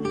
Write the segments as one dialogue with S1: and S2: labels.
S1: 만나보시라요.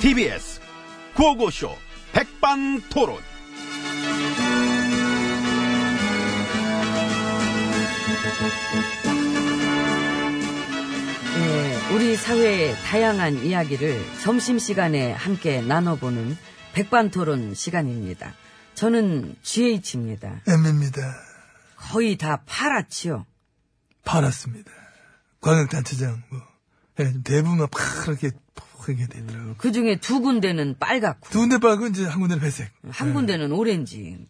S2: TBS 구호고쇼 백반토론.
S3: 예, 우리 사회의 다양한 이야기를 점심시간에 함께 나눠보는 백반토론 시간입니다. 저는 GH입니다.
S4: M입니다.
S3: 거의 다 파랗지요.
S4: 팔았습니다. 광역단체장, 뭐. 예, 좀 대부분 파랗게, 파랗게 되더라고요.
S3: 그 중에 두 군데는 빨갛고,
S4: 두 군데 빨고, 이제 한 군데는 회색.
S3: 한 군데는 오렌지.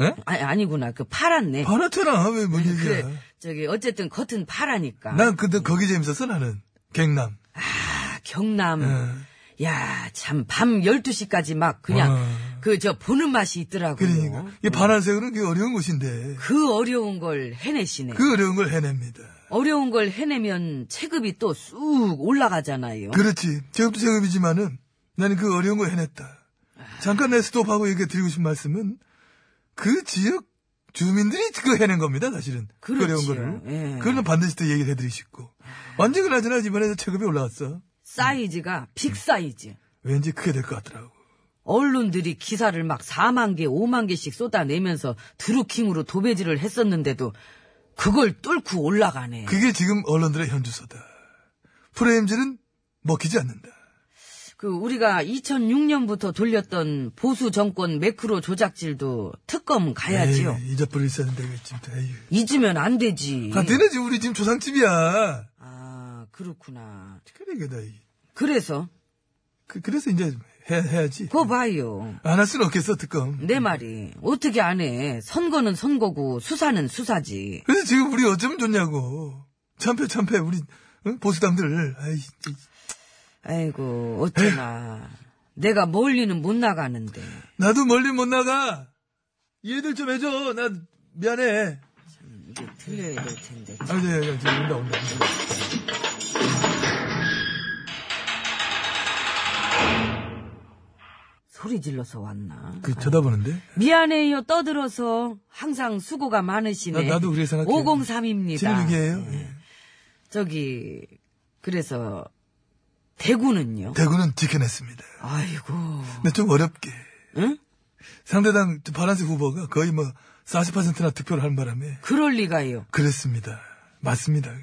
S4: 예?
S3: 아, 니구나그 파랗네.
S4: 파랗잖아, 왜, 뭔 얘기야.
S3: 그, 저기, 어쨌든 겉은 파라니까.
S4: 난 근데 거기 재밌었어, 나는. 갱남.
S3: 아, 경남. 야, 참, 밤 12시까지 막 그냥,
S4: 예. 와.
S3: 그, 저, 보는 맛이 있더라고요.
S4: 그러니까. 이 파란색은 그게 어려운 곳인데,
S3: 그 어려운 걸 해내시네.
S4: 그 어려운 걸 해냅니다.
S3: 어려운 걸 해내면 체급이 또 쑥 올라가잖아요.
S4: 그렇지. 제업도 제업이지만은, 나는 그 어려운 걸 해냈다. 잠깐 내 스톱하고 얘기 드리고 싶은 말씀은, 그 지역 주민들이 그 해낸 겁니다, 사실은. 그 어려운
S3: 그렇지요.
S4: 거를.
S3: 예.
S4: 그거는 반드시 또 얘기를 해드리고 싶고. 언제 그나저나 이번에 체급이 올라왔어.
S3: 사이즈가 빅 사이즈.
S4: 왠지 크게 될 것 같더라고.
S3: 언론들이 기사를 막 4만 개, 5만 개씩 쏟아내면서 드루킹으로 도배질을 했었는데도 그걸 뚫고 올라가네. 그,
S4: 그게 지금 언론들의 현주소다. 프레임즈는 먹히지 않는다.
S3: 그 우리가 2006년부터 돌렸던 보수 정권 매크로 조작질도 특검 가야지요.
S4: 에이, 잊어버릴 사는 되겠지. 또, 에이.
S3: 잊으면 안 되지.
S4: 안 되네, 지금 우리 지금 조상집이야.
S3: 아, 그렇구나.
S4: 그래, 그다 이.
S3: 그래서
S4: 그, 그래서 이제 해, 해야지.
S3: 그거 봐요.
S4: 안 할 수는 없겠어, 특검.
S3: 내 말이 어떻게 안 해? 선거는 선거고 수사는 수사지.
S4: 그래서 지금 우리 어쩌면 좋냐고. 참패, 참패, 우리, 응? 보수당들. 아이, 이-
S3: 아이고 어쩌나. 내가 멀리는 못 나가는데.
S4: 나도 멀리 못 나가. 얘들 좀 해줘. 나 미안해.
S3: 이게 들려야 될 텐데.
S4: 아, 네, 네, 저 온다, 온다.
S3: 소리 질러서 왔나?
S4: 그, 쳐다보는데?
S3: 미안해요 떠들어서 항상 수고가 많으시네.
S4: 나- 나도 그래 생각해요.
S3: 503입니다. 네.
S4: 진륙이에요.
S3: 저기 그래서 대구는요.
S4: 대구는 지켜냈습니다.
S3: 아이고.
S4: 근데 좀 어렵게.
S3: 응?
S4: 상대당 저 파란색 후보가 거의 뭐 40%나 득표를 한 바람에
S3: 그럴 리가요.
S4: 그랬습니다. 맞습니다.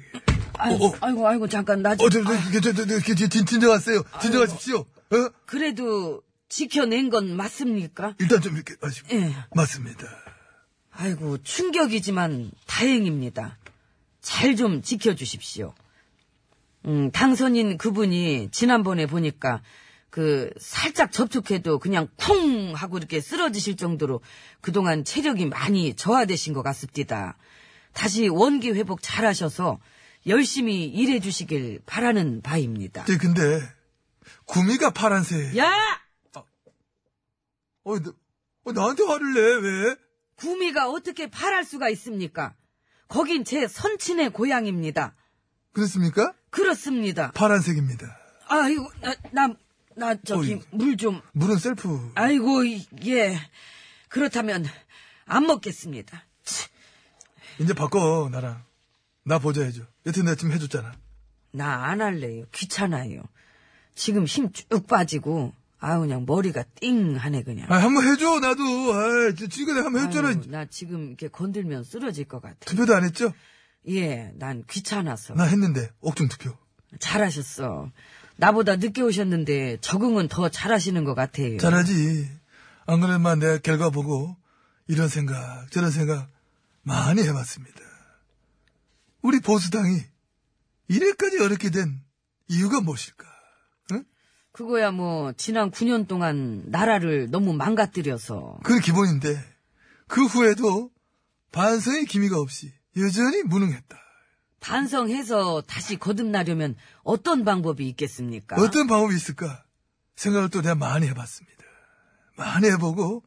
S3: 아이고 아이고, 아이고, 잠깐 나 좀.
S4: 어, 저, 저, 저, 저, 저, 저, 저, 진, 진정하세요. 진정하십시오. 어?
S3: 그래도 지켜낸 건 맞습니까?
S4: 일단 좀 이렇게 하시고.
S3: 예.
S4: 맞습니다.
S3: 아이고, 충격이지만 다행입니다. 잘 좀 지켜주십시오. 음, 당선인 그분이 지난번에 보니까 그 살짝 접촉해도 그냥 쿵 하고 이렇게 쓰러지실 정도로 그동안 체력이 많이 저하되신 것 같습니다. 다시 원기 회복 잘 하셔서 열심히 일해 주시길 바라는 바입니다.
S4: 저, 네, 근데, 구미가 파란색.
S3: 야!
S4: 어, 너, 어, 나한테 화를 내, 왜?
S3: 구미가 어떻게 팔할 수가 있습니까? 거긴 제 선친의 고향입니다.
S4: 그렇습니까?
S3: 그렇습니다.
S4: 파란색입니다.
S3: 아이고, 나, 나 나 저기
S4: 어이.
S3: 물 좀.
S4: 물은 셀프.
S3: 아이고 이- 예. 그렇다면 안 먹겠습니다.
S4: 이제 바꿔 나랑. 나 보자 해줘. 여튼 내가 지금 해줬잖아.
S3: 나 안 할래요. 귀찮아요. 지금 힘 쭉 빠지고 아 그냥 머리가 띵하네 그냥.
S4: 아 한번 해줘 나도. 아 지금 내가 한번 해줬잖아.
S3: 아유, 나 지금 이렇게 건들면 쓰러질 것 같아.
S4: 투표도 안 했죠?
S3: 예, 난 귀찮아서.
S4: 나 했는데 옥중 투표.
S3: 잘하셨어. 나보다 늦게 오셨는데 적응은 더 잘하시는 것 같아요.
S4: 잘하지. 안 그러면 내가 결과 보고 이런 생각 저런 생각 많이 해봤습니다. 우리 보수당이 이래까지 어렵게 된 이유가 무엇일까? 응?
S3: 그거야 뭐 지난 9년 동안 나라를 너무 망가뜨려서
S4: 그게 기본인데 그 후에도 반성의 기미가 없이 여전히 무능했다.
S3: 반성해서 다시 거듭나려면 어떤 방법이 있겠습니까?
S4: 어떤 방법이 있을까 생각을 또 내가 많이 해봤습니다. 많이 해보고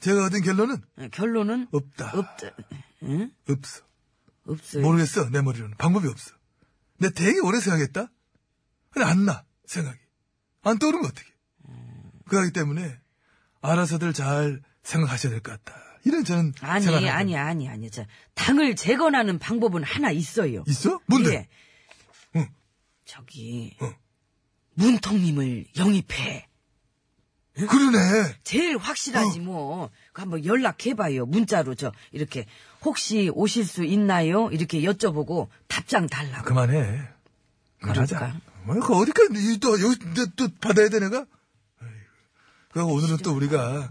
S4: 제가 얻은 결론은
S3: 네, 결론은
S4: 없다.
S3: 없- 응?
S4: 없어.
S3: 없어요.
S4: 모르겠어 내 머리로는 방법이 없어. 내 되게 오래 생각했다. 근데 안 나 생각이 안 떠오르면 어떻게? 그렇기 때문에 알아서들 잘 생각하셔야 될 것 같다. 이런 저는
S3: 아니, 아니,
S4: 생각을 하고
S3: 아니, 아니, 아니. 자, 당을 재건하는 방법은 하나 있어요.
S4: 있어? 뭔데?
S3: 예.
S4: 응.
S3: 저기
S4: 응.
S3: 문통님을 영입해. 예.
S4: 그러네.
S3: 제일 확실하지 뭐. 그 한번 연락해봐요. 문자로 저 이렇게 혹시 오실 수 있나요? 이렇게 여쭤보고 답장 달라고.
S4: 그만해. 그만하자.
S3: 그럴까?
S4: 어, 그 어디까지 이 또, 여기 이제 또 받아야 돼, 내가? 그 오늘은 또 우리가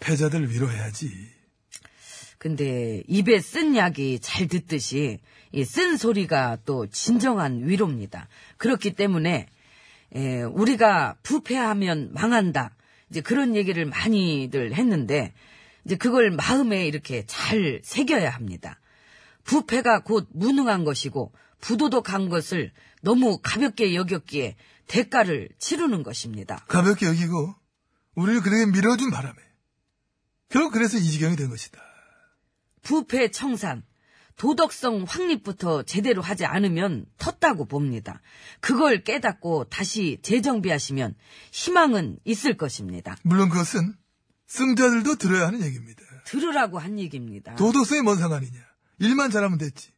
S4: 패자들 위로해야지.
S3: 근데 입에 쓴 약이 잘 듣듯이 이 쓴 소리가 또 진정한 위로입니다. 그렇기 때문에 에, 우리가 부패하면 망한다. 이제 그런 얘기를 많이들 했는데 이제 그걸 마음에 이렇게 잘 새겨야 합니다. 부패가 곧 무능한 것이고 부도덕한 것을 너무 가볍게 여겼기에 대가를 치르는 것입니다.
S4: 가볍게 여기고, 우리를 그렇게 밀어준 바람에. 결국 그래서 이 지경이 된 것이다.
S3: 부패 청산, 도덕성 확립부터 제대로 하지 않으면 텄다고 봅니다. 그걸 깨닫고 다시 재정비하시면 희망은 있을 것입니다.
S4: 물론 그것은 승자들도 들어야 하는 얘기입니다.
S3: 들으라고 한 얘기입니다.
S4: 도덕성이 뭔 상관이냐. 일만 잘하면 됐지.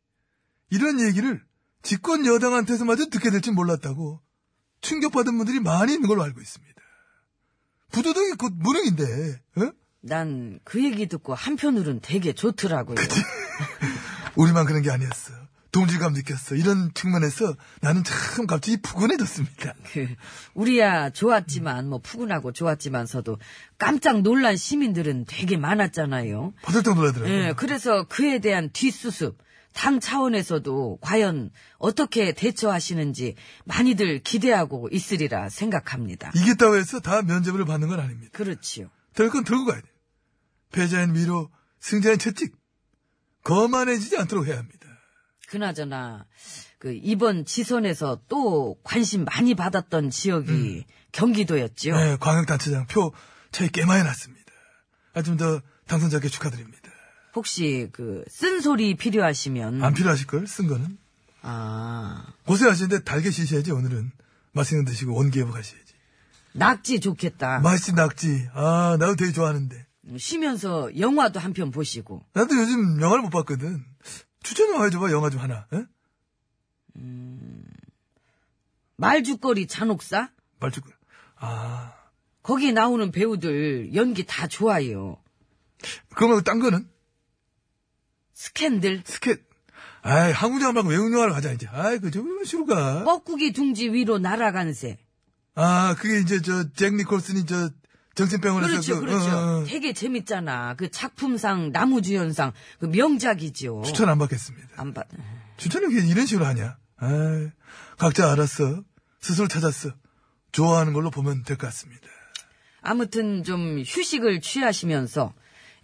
S4: 이런 얘기를 집권 여당한테서마저 듣게 될 줄 몰랐다고 충격받은 분들이 많이 있는 걸로 알고 있습니다. 부도덕이 곧 무능인데, 어?
S3: 난 그 얘기 듣고 한편으론 되게 좋더라고요.
S4: 우리만 그런 게 아니었어. 동질감 느꼈어. 이런 측면에서 나는 참 갑자기 푸근해졌습니다.
S3: 그, 우리야 좋았지만 뭐 푸근하고 좋았지만서도 깜짝 놀란 시민들은 되게 많았잖아요.
S4: 버들떡 놀라더라고요.
S3: 예, 그래서 그에 대한 뒷수습, 당 차원에서도 과연 어떻게 대처하시는지 많이들 기대하고 있으리라 생각합니다.
S4: 이겼다고 해서 다 면접을 받는 건 아닙니다.
S3: 그렇지요.
S4: 될 건 들고 가야 돼요. 패자인 위로, 승자인 채찍. 거만해지지 않도록 해야 합니다.
S3: 그나저나, 그, 이번 지선에서 또 관심 많이 받았던 지역이 경기도였지요.
S4: 네, 광역단체장 표 차이 꽤 많이 났습니다. 아좀 더 당선자께 축하드립니다.
S3: 혹시 그, 쓴소리 필요하시면.
S4: 안 필요하실걸, 쓴 거는.
S3: 아,
S4: 고생하시는데 달게 쉬셔야지, 오늘은. 맛있는 거 드시고 원기 회복하셔야지.
S3: 낙지 좋겠다.
S4: 맛있지, 낙지. 아, 나도 되게 좋아하는데.
S3: 쉬면서 영화도 한 편 보시고.
S4: 나도 요즘 영화를 못 봤거든. 추천 영화 해줘봐, 영화 좀 하나. 예? 에?
S3: 말죽거리 잔혹사?
S4: 말죽. 아,
S3: 거기 나오는 배우들 연기 다 좋아요.
S4: 그러면 딴 거는?
S3: 스캔들,
S4: 스캣. 아이, 한국 영화 말고 외국 영화를 하자, 이제. 아이, 그저 왜 싫어 가.
S3: 뻐꾸기 둥지 위로 날아간 새.
S4: 아, 그게 이제 저, 잭 니콜슨이 저, 정신병원에서.
S3: 그렇죠,
S4: 그,
S3: 그렇죠.
S4: 어, 어.
S3: 되게 재밌잖아. 그 작품상, 나무주연상, 그 명작이죠.
S4: 추천 안 받겠습니다.
S3: 안 받,
S4: 추천을 왜 이런 식으로 하냐. 아이, 각자 알았어. 스스로 찾았어. 좋아하는 걸로 보면 될 것 같습니다.
S3: 아무튼 좀 휴식을 취하시면서,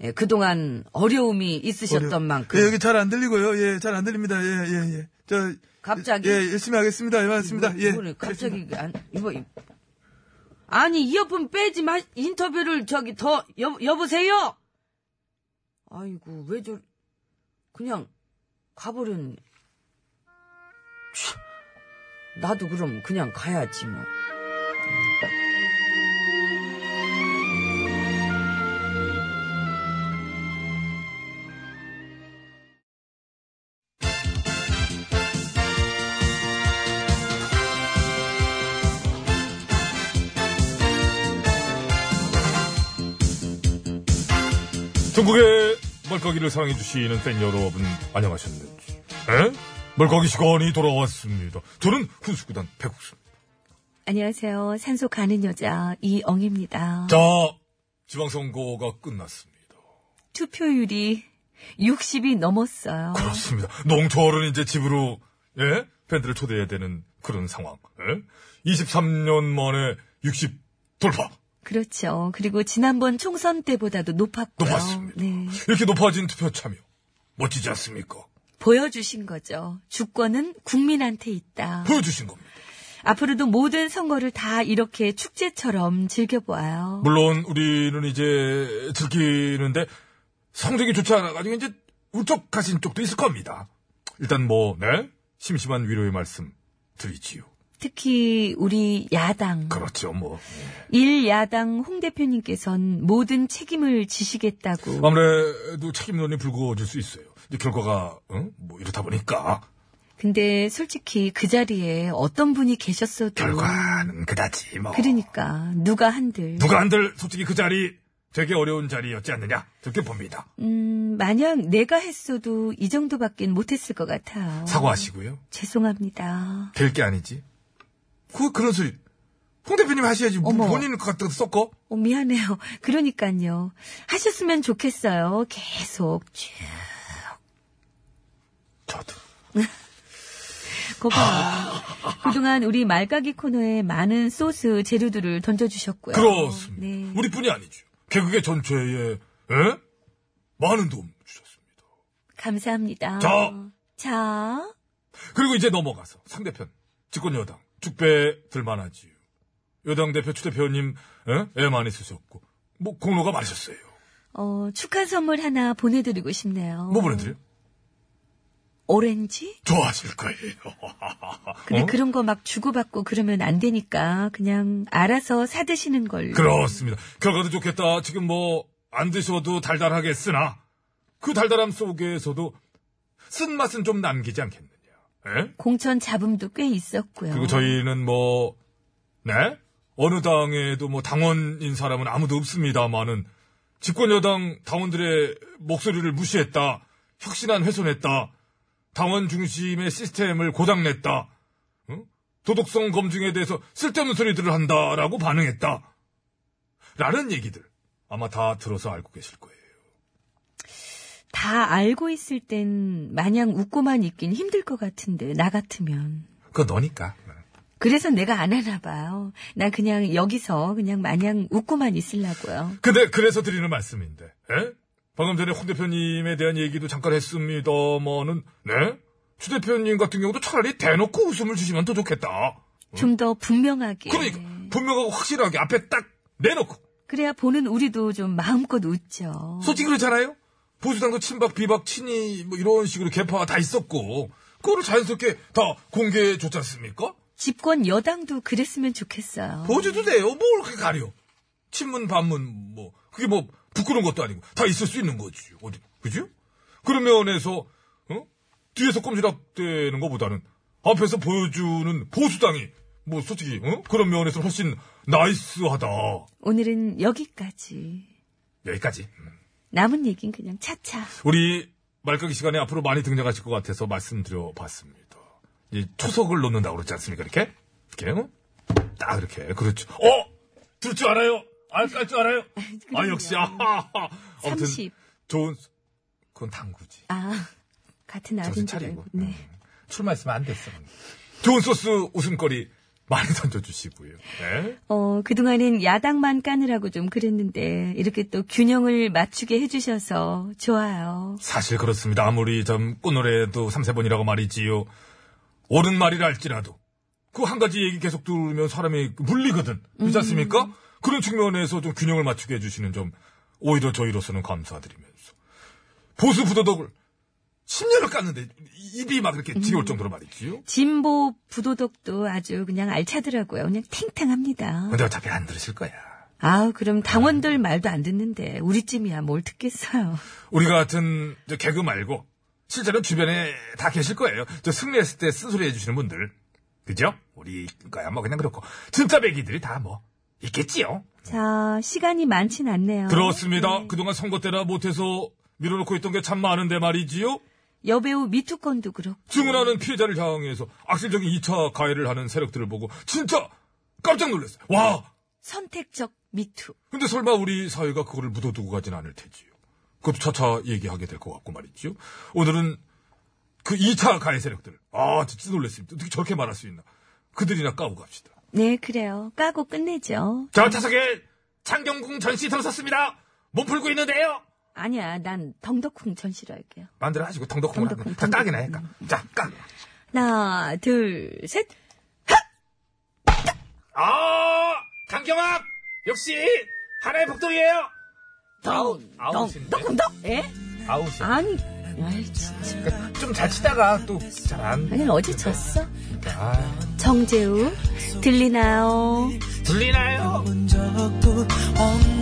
S3: 예, 그동안 어려움이 있으셨던
S4: 어려-
S3: 만큼.
S4: 예, 여기 잘 안 들리고요. 예, 잘 안 들립니다. 예, 예, 예. 저.
S3: 갑자기?
S4: 예, 열심히 하겠습니다. 예, 맞습니다. 예.
S3: 이거를 갑자기, 안, 이거, 이- 아니, 이어폰 빼지 마, 인터뷰를 저기 더, 여, 여보세요? 아이고, 왜 저, 그냥, 가버렸네. 치, 나도 그럼 그냥 가야지, 뭐.
S4: 전국의 말까기를 사랑해주시는 팬 네, 여러분, 안녕하셨는지. 에? 말까기 시간이 돌아왔습니다. 저는 훈수구단 백국수입니다.
S3: 안녕하세요. 산소 가는 여자 이엉입니다.
S4: 자, 지방선거가 끝났습니다.
S3: 투표율이 60이 넘었어요.
S4: 그렇습니다. 농촌은 이제 집으로, 예? 팬들을 초대해야 되는 그런 상황. 예? 23년 만에 60 돌파!
S3: 그렇죠. 그리고 지난번 총선 때보다도 높았고요.
S4: 높았습니다.
S3: 네.
S4: 이렇게 높아진 투표 참여. 멋지지 않습니까?
S3: 보여주신 거죠. 주권은 국민한테 있다.
S4: 보여주신 겁니다.
S3: 앞으로도 모든 선거를 다 이렇게 축제처럼 즐겨보아요.
S4: 물론 우리는 이제 즐기는데 성적이 좋지 않아가지고 이제 울적하신 쪽도 있을 겁니다. 일단 뭐, 네? 심심한 위로의 말씀 드리지요.
S3: 특히 우리 야당.
S4: 그렇죠, 뭐.
S3: 일야당 홍 대표님께선 모든 책임을 지시겠다고.
S4: 아무래도 책임론이 불거질 수 있어요. 이제 결과가, 응? 뭐 이렇다 보니까
S3: 근데 솔직히 그 자리에 어떤 분이 계셨어도.
S4: 결과는 그다지 뭐.
S3: 그러니까 누가 한들.
S4: 누가 한들 솔직히 그 자리 되게 어려운 자리였지 않느냐. 그렇게 봅니다.
S3: 음, 만약 내가 했어도 이 정도밖엔 못했을 것 같아요.
S4: 사과하시고요.
S3: 죄송합니다.
S4: 될 게 아니지. 그, 그런 소리. 홍 대표님 하셔야지. 뭐
S3: 어머.
S4: 본인 같은 거 섞어?
S3: 어, 미안해요. 그러니까요. 하셨으면 좋겠어요. 계속 쭉.
S4: 저도.
S3: 거봐. 그동안 우리 말까기 코너에 많은 소스 재료들을 던져주셨고요.
S4: 그렇습니다.
S3: 네.
S4: 우리뿐이 아니죠. 개그계 전체에 에? 많은 도움 주셨습니다.
S3: 감사합니다.
S4: 자.
S3: 자.
S4: 그리고 이제 넘어가서 상대편 집권 여당 축배 들만하지요. 여당 대표 추 대표님 에? 애 많이 쓰셨고 뭐 공로가 많으셨어요.
S3: 어, 축하 선물 하나 보내드리고 싶네요.
S4: 뭐 보내드려? 요
S3: 오렌지?
S4: 좋아하실 거예요.
S3: 근데
S4: 어?
S3: 그런 거 막 주고받고 그러면 안 되니까 그냥 알아서 사드시는 걸로.
S4: 그렇습니다. 결과도 좋겠다. 지금 뭐 안 드셔도 달달하게 쓰나 그 달달함 속에서도 쓴 맛은 좀 남기지 않겠느냐. 예? 에?
S3: 공천 잡음도 꽤 있었고요.
S4: 그리고 저희는 뭐, 네? 어느 당에도 뭐 당원인 사람은 아무도 없습니다만은 집권여당 당원들의 목소리를 무시했다. 혁신안 훼손했다. 당원 중심의 시스템을 고장냈다. 응? 도덕성 검증에 대해서 쓸데없는 소리들을 한다라고 반응했다. 라는 얘기들 아마 다 들어서 알고 계실 거예요.
S3: 다 알고 있을 땐 마냥 웃고만 있긴 힘들 것 같은데 나 같으면.
S4: 그거 너니까.
S3: 그래서 내가 안 하나 봐요. 나 그냥 여기서 그냥 마냥 웃고만 있으려고요.
S4: 근데 그래서 드리는 말씀인데, 예? 방금 전에 홍 대표님에 대한 얘기도 잠깐 했습니다만은, 네? 추 대표님 같은 경우도 차라리 대놓고 웃음을 주시면 더 좋겠다.
S3: 좀 더 분명하게.
S4: 그러니까 분명하고 확실하게 앞에 딱 내놓고
S3: 그래야 보는 우리도 좀 마음껏 웃죠.
S4: 솔직히 그렇잖아요. 보수당도 친박, 비박, 친이 뭐 이런 식으로 개파가 다 있었고 그거를 자연스럽게 다 공개해 줬지 않습니까?
S3: 집권 여당도 그랬으면 좋겠어요.
S4: 보지도 돼요. 뭘 그렇게 가려? 친문 반문 뭐 그게 뭐 부끄러운 것도 아니고 다 있을 수 있는 거지. 어디 그죠? 그런 면에서 어? 뒤에서 꼼지락대는 것보다는 앞에서 보여주는 보수당이 뭐 솔직히 어? 그런 면에서 훨씬 나이스하다.
S3: 오늘은 여기까지.
S4: 여기까지. 음.
S3: 남은 얘긴 그냥 차차.
S4: 우리 말까기 시간에 앞으로 많이 등장하실 것 같아서 말씀드려봤습니다. 이 초석을 놓는다고 그러지 않습니까? 이렇게? 이렇게? 어? 딱 이렇게. 그렇죠. 어! 들 줄 알아요! 알 깔 줄 알아요! 아, 역시, 아하하. 아무튼
S3: 30.
S4: 좋은, 수- 그건 당구지.
S3: 아, 같은
S4: 정신
S3: 아린
S4: 차리고.
S3: 네.
S4: 음. 출마했으면 안 됐어. 좋은 소스 웃음거리 많이 던져주시고요. 네.
S3: 어, 그동안엔 야당만 까느라고 좀 그랬는데, 이렇게 또 균형을 맞추게 해주셔서 좋아요.
S4: 사실 그렇습니다. 아무리 참 꽃노래도 삼세 번이라고 말이지요. 옳은 말이라 할지라도 그 한 가지 얘기 계속 들으면 사람이 물리거든. 그렇지 않습니까? 그런 측면에서 좀 균형을 맞추게 해주시는 점 오히려 저희로서는 감사드리면서 보수 부도덕을 10년을 깠는데 입이 막 이렇게 지겨울 정도로 말이지요.
S3: 진보 부도덕도 아주 그냥 알차더라고요. 그냥 탱탱합니다.
S4: 근데 어차피 안 들으실 거야.
S3: 아우, 그럼 당원들 말도 안 듣는데, 우리쯤이야 뭘 듣겠어요.
S4: 우리 같은 저 개그 말고 실제로 주변에 다 계실 거예요. 저 승리했을 때 쓴소리 해주시는 분들. 그죠? 우리 거야 뭐 그냥 그렇고 진짜 배기들이 다 뭐 있겠지요.
S3: 자, 시간이 많진 아, 않네요.
S4: 그렇습니다. 그동안 선거 때라 못해서 밀어놓고 있던 게 참 많은데 말이지요.
S3: 여배우 미투건도 그렇고.
S4: 증언하는 피해자를 향해서 악질적인 2차 가해를 하는 세력들을 보고 진짜 깜짝 놀랐어요. 와!
S3: 선택적 미투.
S4: 근데 설마 우리 사회가 그거를 묻어두고 가진 않을 테지요. 그것도 차차 얘기하게 될 것 같고 말이지요. 오늘은 그 2차 가해 세력들. 아, 진짜 놀랐습니다. 어떻게 저렇게 말할 수 있나. 그들이나 까고 갑시다.
S3: 네, 그래요. 까고 끝내죠.
S4: 자, 차석에 창경궁 전시 들어섰습니다. 못 풀고 있는데요.
S3: 아니야, 난 덩덕쿵 전 싫어할게요.
S4: 만들어 하시고 덩덕콩을
S3: 덩덕콩,
S4: 하면 다 까긴 해. 까. 자, 까.
S3: 하나, 둘, 셋.
S4: 아! 강경합! 역시 하나의 복동이에요. 다운. 아웃인데.
S3: 덩덕쿵덕! 예?
S4: 아웃이야.
S3: 아니, 아이, 진짜.
S4: 좀 잘 치다가 또 잘안 아,
S3: 아니, 어제 졌어? 정재우, 들리나요?
S4: 들리나요?
S5: 적도 없는